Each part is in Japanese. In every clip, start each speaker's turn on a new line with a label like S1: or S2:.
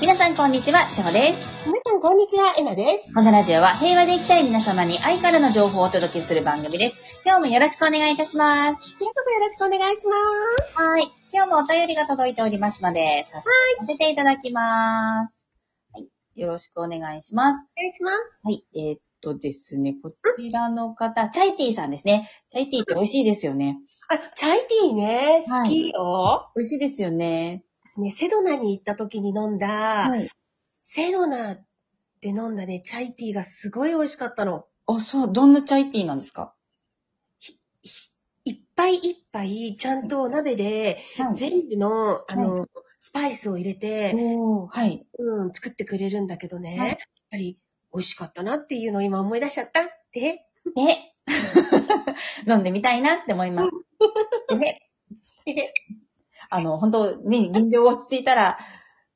S1: 皆さんこんにちは、しほです。
S2: 皆さん、こんにちは。えなです。
S1: このラジオは平和で生きたい皆様に愛からの情報をお届けする番組です。今日もよろしくお願いいたします。
S2: 皆さん、よろしくお願いします。
S1: はい。今日もお便りが届いておりますので、早速させていただきます。はい。よろしくお願いします。
S2: お願いします。
S1: はい。えーっとですね、こちらの方、チャイティさんですね。チャイティって美味しいですよね。
S2: あ、チャイティーね。
S1: はい
S2: 好きよ。
S1: 美味しいですよね。
S2: 私ね、セドナに行った時に飲んだ、
S1: い。
S2: セドナで飲んだね、チャイティーがすごい美味しかったの。
S1: あ、そう、どんなチャイティーなんですか
S2: ひいっぱいいっぱい、ちゃんとお鍋で、
S1: は
S2: 全部の、あ
S1: は
S2: の、スパイスを入れて、
S1: おーはい。
S2: うん、作ってくれるんだけどね、
S1: はい
S2: やっぱり美味しかったなっていうのを今思い出しちゃった。で、
S1: え 飲んでみたいなって思います。え
S2: で
S1: あの、本当ね、現状が落ち着いたら、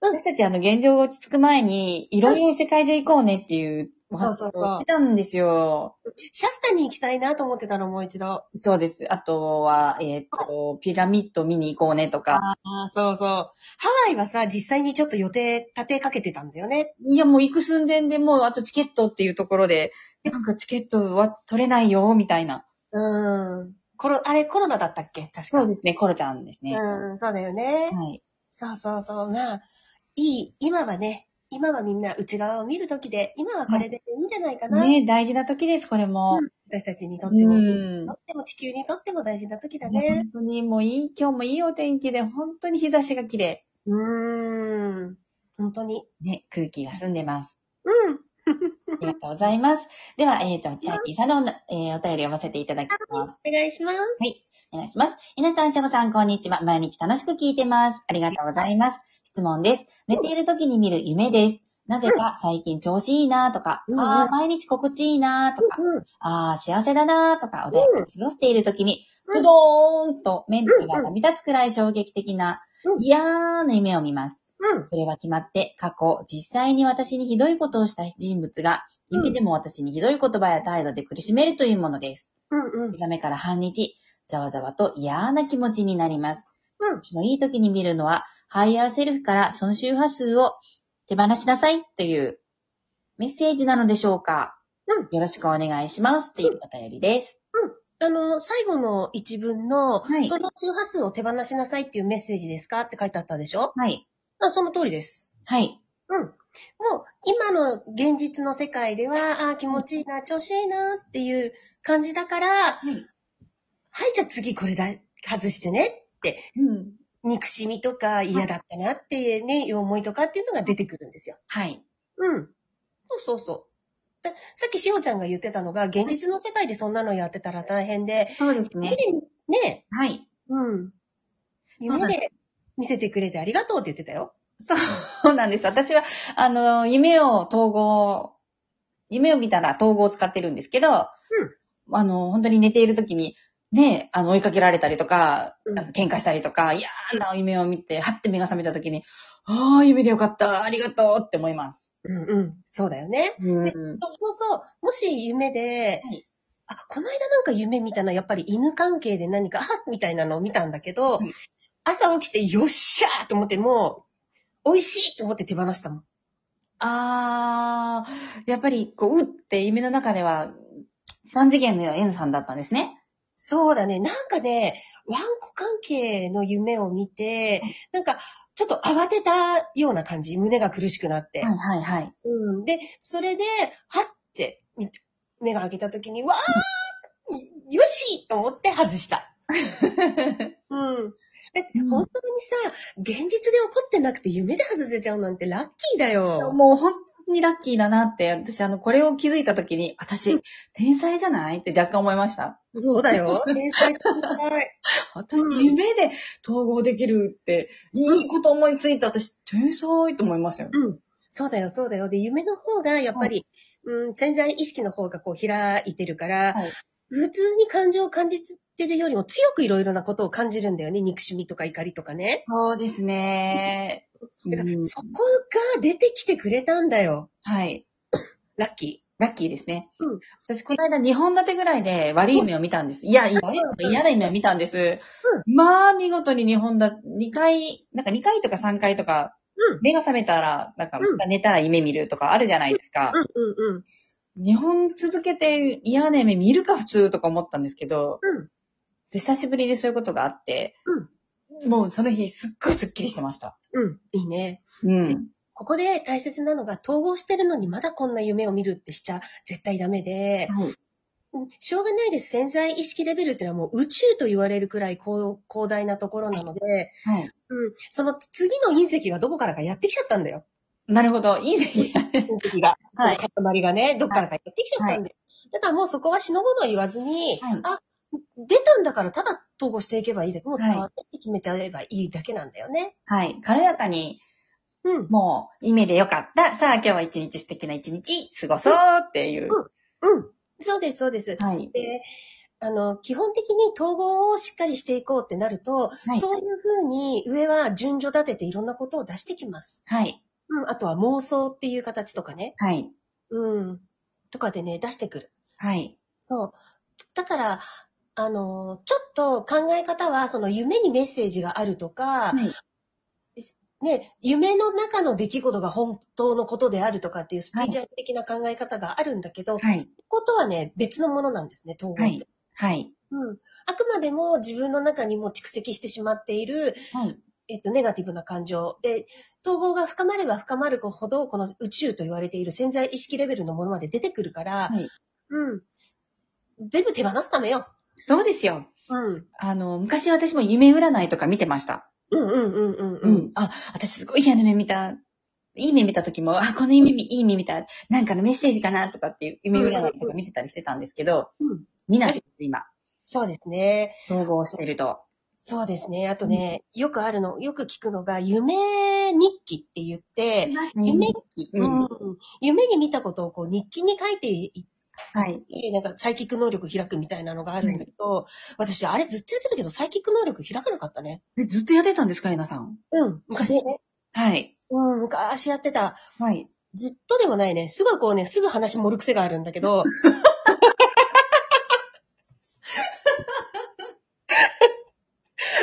S1: 私たちあの、現状が落ち着く前に、いろいろ世界中行こうねっていうお話
S2: そう
S1: を
S2: そうそう
S1: してたんですよ。
S2: シャスタに行きたいなと思ってたの、もう一度。
S1: そうです。あとは、えっ、と、ピラミッド見に行こうねとか。
S2: ああ、そうそう。ハワイはさ、実際にちょっと予定立てかけてたんだよね。
S1: いや、もう行く寸前でもう、あとチケットっていうところで、なんかチケットは取れないよ、みたいな。
S2: うん。コロ、あれコロナだったっけ確か。
S1: そうですね、コロちゃんですね。は
S2: うん、そうだよね。
S1: い。
S2: そうそうそう。まあ、いい、今はね、今はみんな内側を見るときで、今はこれでいいんじゃないかな。
S1: ね大事な時です、これも。
S2: 私たちにとっても、に
S1: うん
S2: と。っても地球にとっても大事な時だ
S1: ね
S2: ね。
S1: 本当にもういい、今日もいいお天気で、本当に日差しが綺麗。
S2: うん。本当に。
S1: ね、空気が澄んで ます。
S2: うん。
S1: ありがとうございます。では、えっ、と、チャーティーさんのおな、えーお便りを読ませていただきます。
S2: お願いします。
S1: お願いします。皆さん、シャボさん、こんにちは。毎日楽しく聞いてます。ありがとうございます。質問です。寝ている時に見る夢です。なぜか最近調子いいなとか、
S2: うん
S1: ああ、毎日心地いいなとか、
S2: うん。
S1: ああ、幸せだなとか、穏やかに過ごしているときに、
S2: う
S1: ド
S2: ん
S1: ドーンとメンタルが波立つくらい衝撃的な
S2: う、ん
S1: 嫌な夢を見ます。
S2: うん。
S1: それは決まって、過去、実際に私にひどいことをした人物が、
S2: うん
S1: 夢でも私にひどい言葉や態度で苦しめるというものです。
S2: うん。うん
S1: 目。覚めから半日、ざわざわと嫌な気持ちになります。
S2: うん
S1: 調子のいい時に見るのは、ハイヤーセルフからその周波数を手放しなさいというメッセージなのでしょうか、
S2: う
S1: よろしくお願いしますというお便りです。
S2: あの、最後の一文の、
S1: はい
S2: その周波数を手放しなさいっていうメッセージですかって書いてあったでしょ
S1: はい。
S2: あその通りです。
S1: はい。
S2: うん。もう、今の現実の世界では、あー気持ちいいな、調子いいなっていう感じだから、はいい、じゃあ次これだ、外してねって、
S1: うん。
S2: 憎しみとか嫌だったなっていうね、いう思いとかっていうのが出てくるんですよ。
S1: はい。
S2: うん。そうそうそう。でさっきしほちゃんが言ってたのが、現実の世界でそんなのやってたら大変で、
S1: そうです
S2: 夢。にね、
S1: はい。
S2: うん。夢で見せてくれてありがとうって言ってたよ。
S1: そうなんです。私は、あの、夢を統合、夢を見たら統合を使ってるんですけど、あの、本当に寝ている時に、ね、あの、追いかけられたりとか、
S2: うん
S1: なんか喧嘩したりとか、嫌な夢を見て、はって目が覚めた時に、ああ、夢でよかった、ありがとうって思います。
S2: うんうん。そうだよね。
S1: うん。
S2: 私もそう、もし夢で、
S1: はい
S2: あ、この間なんか夢見たな、やっぱり犬関係で何か、あみたいなのを見たんだけど、
S1: はい
S2: 朝起きてよっしゃーと思って、もう、美味しいと思って手放したもん。
S1: ああ、やっぱり、こう、うって夢の中では、三次元の N さんだったんですね。
S2: そうだね。なんかね、ワンコ関係の夢を見て、なんか、ちょっと慌てたような感じ。胸が苦しくなって。
S1: はいはいはい。
S2: うん。で、それで、はって、み目が開けた時に、わーよしと思って外 した。うん。だって
S1: うん
S2: 本当にさ、現実で起こってなくて夢で外せちゃうなんてラッキーだよ。
S1: もう本当にラッキーだなって、私、あの、これを気づいた時に、
S2: う
S1: 私、天才じゃないって若干思いました。
S2: そうだ よ。天才的な
S1: 私、
S2: うん
S1: 夢で統合できるって、いいこと思いついた私、天才と思いますよ。
S2: うん。そうだよ、そうだよ。で、夢の方が、やっぱり、うん、潜在意識の方がこう開いてるから、
S1: はい
S2: 普通に感情を感じてるよりも強くいろいろなことを感じるんだよね。憎しみとか怒りとかね。
S1: そうですね。う
S2: だから
S1: ん
S2: そこが出てきてくれたんだよ。
S1: はい。
S2: ラッキ
S1: ラッキーですね。
S2: うん
S1: 私、この間、2本立てぐらいで悪い夢を見たんです。いや、いや嫌な夢を見たんです。まあ、見事に2本立て、2回、なんか2回とか3回とか、
S2: ー。うん
S1: 目が覚めたら、なんか
S2: うん、
S1: 寝たら夢見るとかあるじゃないですか。
S2: うんうんうん。
S1: 日本続けて嫌な夢見るか普通とか思ったんですけど、
S2: うん。
S1: 久しぶりにそういうことがあって、もうその日すっごいスッキリしてました。
S2: うん。いいね。
S1: うん。
S2: ここで大切なのが、統合してるのにまだこんな夢を見るってしちゃ絶対ダメで、
S1: はい。
S2: うんしょうがないです。潜在意識レベルってのはもう宇宙と言われるくらい広広大なところなので、
S1: はい。
S2: うん。その次の隕石がどこからかやってきちゃったんだよ。
S1: なるほど。いいですね。
S2: 隕石が。
S1: はい
S2: その塊がね、どっからかやってきちゃったんで。だからもうそこはしのごの言わずに、
S1: はい
S2: あ、出たんだからただ統合していけばいいだけ、もう
S1: はい
S2: 伝わって決めちゃえばいいだけなんだよね。
S1: はい。軽やかに、
S2: うん。うん。
S1: もう、夢でよかった。さあ、今日は一日素敵な一日過ごそうっていう。
S2: そうです、そうです。
S1: はい。
S2: で、あの、基本的に統合をしっかりしていこうってなると、
S1: はい
S2: そういうふうに上は順序立てていろんなことを出してきます。
S1: はい。
S2: うん。あとは妄想っていう形とかね。
S1: はい。
S2: うん。とかでね、出してくる。
S1: はい。
S2: そう。だから、あの、ちょっと考え方は、その夢にメッセージがあると
S1: は
S2: か、
S1: い
S2: ね、夢の中の出来事が本当のことであるとかっていうスピリチュアル的な考え方があるんだけど、
S1: はい。
S2: ことはね、別のものなんですね、統合って。
S1: はい。はい。
S2: うん。あくまでも自分の中にもう蓄積してしまっている、
S1: はい。
S2: えっと、ネガティブな感情で、統合が深まれば深まるほど、この宇宙と言われている潜在意識レベルのものまで出てくるか
S1: は
S2: ら、
S1: い
S2: うん。全部手放すためよ。
S1: そうですよ。
S2: うん。
S1: あの、昔私も夢占いとか見てました。
S2: うんうんうんう
S1: うん
S2: うん。
S1: ん。あ、私すごい嫌な夢見た。いい夢見た時も、あ、この夢、いい夢見た。なんかのメッセージかなとかっていう夢占いとか見てたりしてたんですけど、
S2: うん
S1: 見ないです、今。
S2: そうですね。
S1: 統合してると。
S2: そうですね。あとね、よくあるの、よく聞くのが、夢日記って言って、
S1: 夢記。うん。
S2: うん夢に見たことをこう日記に書いてい
S1: はい。
S2: って、なんかサイキック能力開くみたいなのがあるんだけど、私、あれずっとやってたけど、サイキック能力開かなかったね。
S1: え、ずっとやってたんですか、えなさん。
S2: うん、昔ね。
S1: はい。
S2: うん、昔やってた。
S1: はい。
S2: ずっとでもないね。すぐこうね、すぐ話盛る癖があるんだけ ど。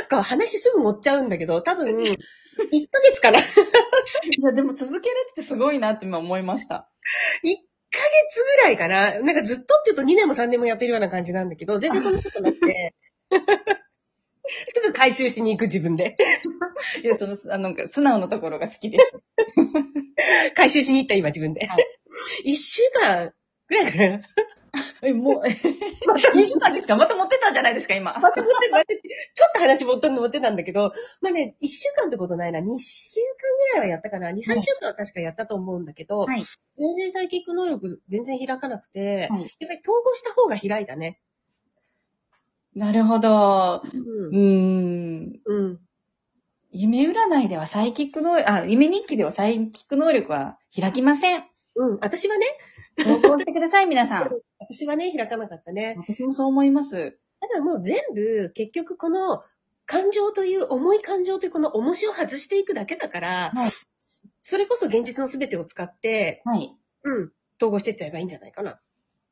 S2: こう話すぐ盛っちゃうんだけど、多分、1ヶ月かな ?1 ヶ
S1: いや、でも続けるってすごいなって今思いました。
S2: 月ぐらいかななんかずっとって言うと2年も3年もやってるような感じなんだけど、全然そんなことなくて。すぐ回収しに行く自分で。
S1: いや、その、あのなんか素直なところが好きです。
S2: 回収しに行った今自分で。
S1: はい
S2: 1週間ぐらいかな
S1: え、もう、 え、
S2: また
S1: いつなんですかまた持ってたんじゃないですか、今。
S2: また持ってたちょっと話持ってんの持ってたんだけど、まあね、1週間ってことないな、2週間ぐらいはやったかな、2、3週
S1: はい
S2: 間は確かやったと思うんだけど、
S1: はい
S2: 全然サイキック能力全然開かなくて、
S1: はい
S2: やっぱり統合した方が開いたね。
S1: なるほど。う
S2: う
S1: ーん。
S2: ん。うん。
S1: 夢占いではサイキック能力、あ、夢日記ではサイキック能力は開きません。
S2: うん。私はね、
S1: 投稿してくださ い、皆さん。
S2: 私はね、開かなかったね。
S1: 私もそう思います。
S2: ただもう全部、結局この、感情という、重い感情というこの重しを外していくだけだから、
S1: はい
S2: それこそ現実の全てを使って、
S1: はい。
S2: うん、統合してっちゃえばいいんじゃないかな。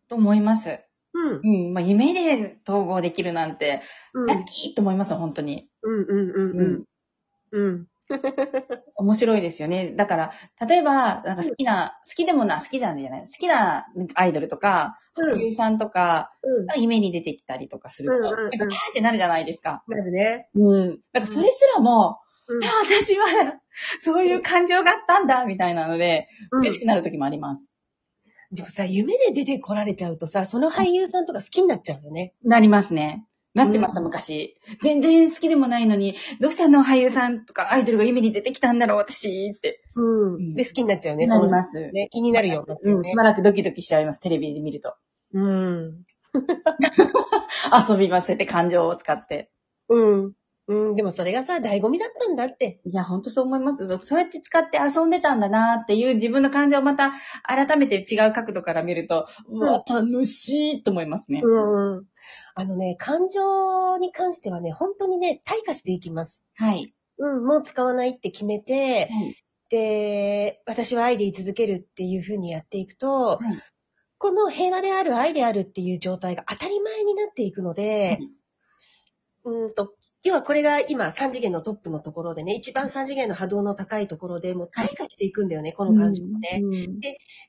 S1: と思います。
S2: うん
S1: う。ん。まあ、夢で統合できるなんて、
S2: うん
S1: ラッキーと思います、本当に。
S2: うんうんうんうん。うん。
S1: 面白いですよね。だから、例えば、なんか好きな、好きでもな、好きなんじゃない好きなアイドルとか、
S2: うん
S1: 俳優さんとか、
S2: うん。
S1: 夢に出てきたりとかすると、
S2: うんうんうん
S1: なんか、キャーってなるじゃないですか。
S2: まずね。
S1: うん。なんか、それすらも、
S2: うん
S1: あ、私は、そういう感情があったんだ、みたいなので、
S2: うん
S1: 嬉しくなる時もあります。
S2: でもさ、夢で出てこられちゃうとさ、その俳優さんとか好きになっちゃうよね。
S1: なりますね。なってました、
S2: うん
S1: 昔。全然好きでもないのに、どうしてあの俳優さんとかアイドルが夢に出てきたんだろう、私って。
S2: うんで、好きになっちゃうね、
S1: なり
S2: の人
S1: ます。
S2: ね。気になるようになっちゃ
S1: う、
S2: うんね
S1: し。ばらくドキドキしちゃいます、テレビで見ると。
S2: うん。
S1: 遊びませて感情を使って。
S2: うん。うん。でもそれがさ、醍醐味だったんだって。
S1: いや、ほんとそう思います。そうやって使って遊んでたんだなっていう自分の感情をまた改めて違う角度から見ると、うわ、楽しいと思いますね。
S2: うん。あのね、感情に関してはね、本当にね、退化していきます。
S1: はい。
S2: うん、もう使わないって決めて、
S1: はい。
S2: で、私は愛で居続けるっていう風にやっていくと、
S1: はい
S2: この平和である愛であるっていう状態が当たり前になっていくので、うんと、要はこれが今3次元のトップのところでね、一番3次元の波動の高いところでもう退化していくんだよね、この感情もね。
S1: うん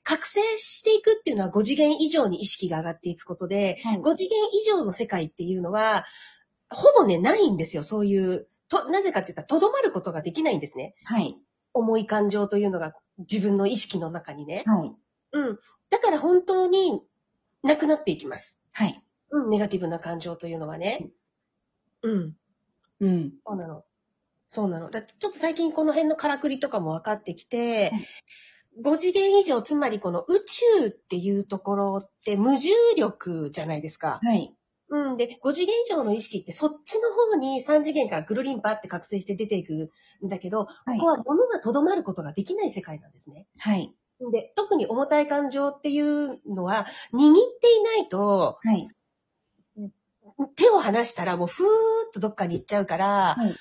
S2: 覚醒していくっていうのは5次元以上に意識が上がっていくことで、
S1: はい
S2: 5次元以上の世界っていうのは、ほぼね、ないんですよ、そういう。と、なぜかって言ったら、とどまることができないんですね。
S1: はい。
S2: 重い感情というのが自分の意識の中にね。
S1: はい。
S2: うん。だから本当になくなっていきます。
S1: はい。
S2: うん、ネガティブな感情というのはね。うん。
S1: うん。
S2: そうなの。そうなの。だってちょっと最近この辺のからくりとかも分かってきて、5次元以上、つまりこの宇宙っていうところって無重力じゃないですか。
S1: はい。
S2: うん。で、5次元以上の意識ってそっちの方に3次元からぐるりんぱって覚醒して出ていくんだけど、
S1: は
S2: こ
S1: い
S2: こ。は物がとどまることができない世界なんですね。
S1: はい。
S2: で、特に重たい感情っていうのは、握っていないと、
S1: はい。
S2: 手を離したらもうふーっとどっかに行っちゃうから、
S1: はい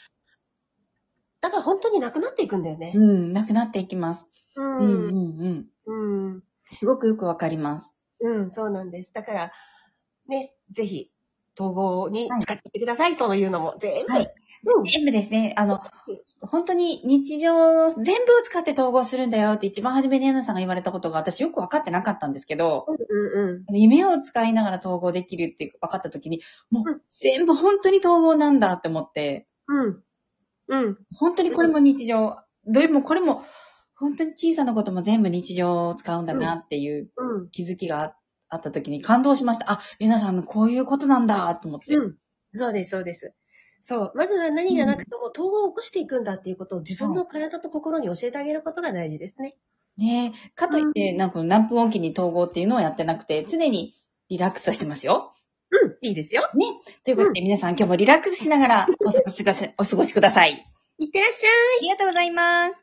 S2: だから本当になくなっていくんだよね。
S1: うん。なくなっていきます。
S2: う
S1: うんん。うん。うん。
S2: うん。
S1: すごくよくわかります。
S2: うん、そうなんです。だから、ね、ぜひ、統合に使っていってください、そういうのも。全部。
S1: はい
S2: うん。
S1: 全部ですね。あの、本当に日常の全部を使って統合するんだよって一番初めにアナさんが言われたことが私よくわかってなかったんですけど、
S2: うんうん。
S1: あの夢を使いながら統合できるって分かった時に、もう
S2: うん
S1: 全部本当に統合なんだって思って、
S2: うん。うん。
S1: 本当にこれも日常、どれもこれも、本当に小さなことも全部日常を使うんだなっていう
S2: うん。
S1: 気づきがああった時に感動しました。あ、皆さんのこういうことなんだと思って。
S2: うん。そうです、そうです。そう。まずは何がなくても、統合を起こしていくんだっていうことを自分の体と心に教えてあげることが大事ですね。
S1: ねえ。かといって、なんか何分おきに統合っていうのをやってなくて、常にリラックスしてますよ。
S2: うん。いいですよ。
S1: ということで、皆さん今日もリラックスしながらお過ごしください。お過ごしください。
S2: いってらっしゃい。
S1: ありがとうございます。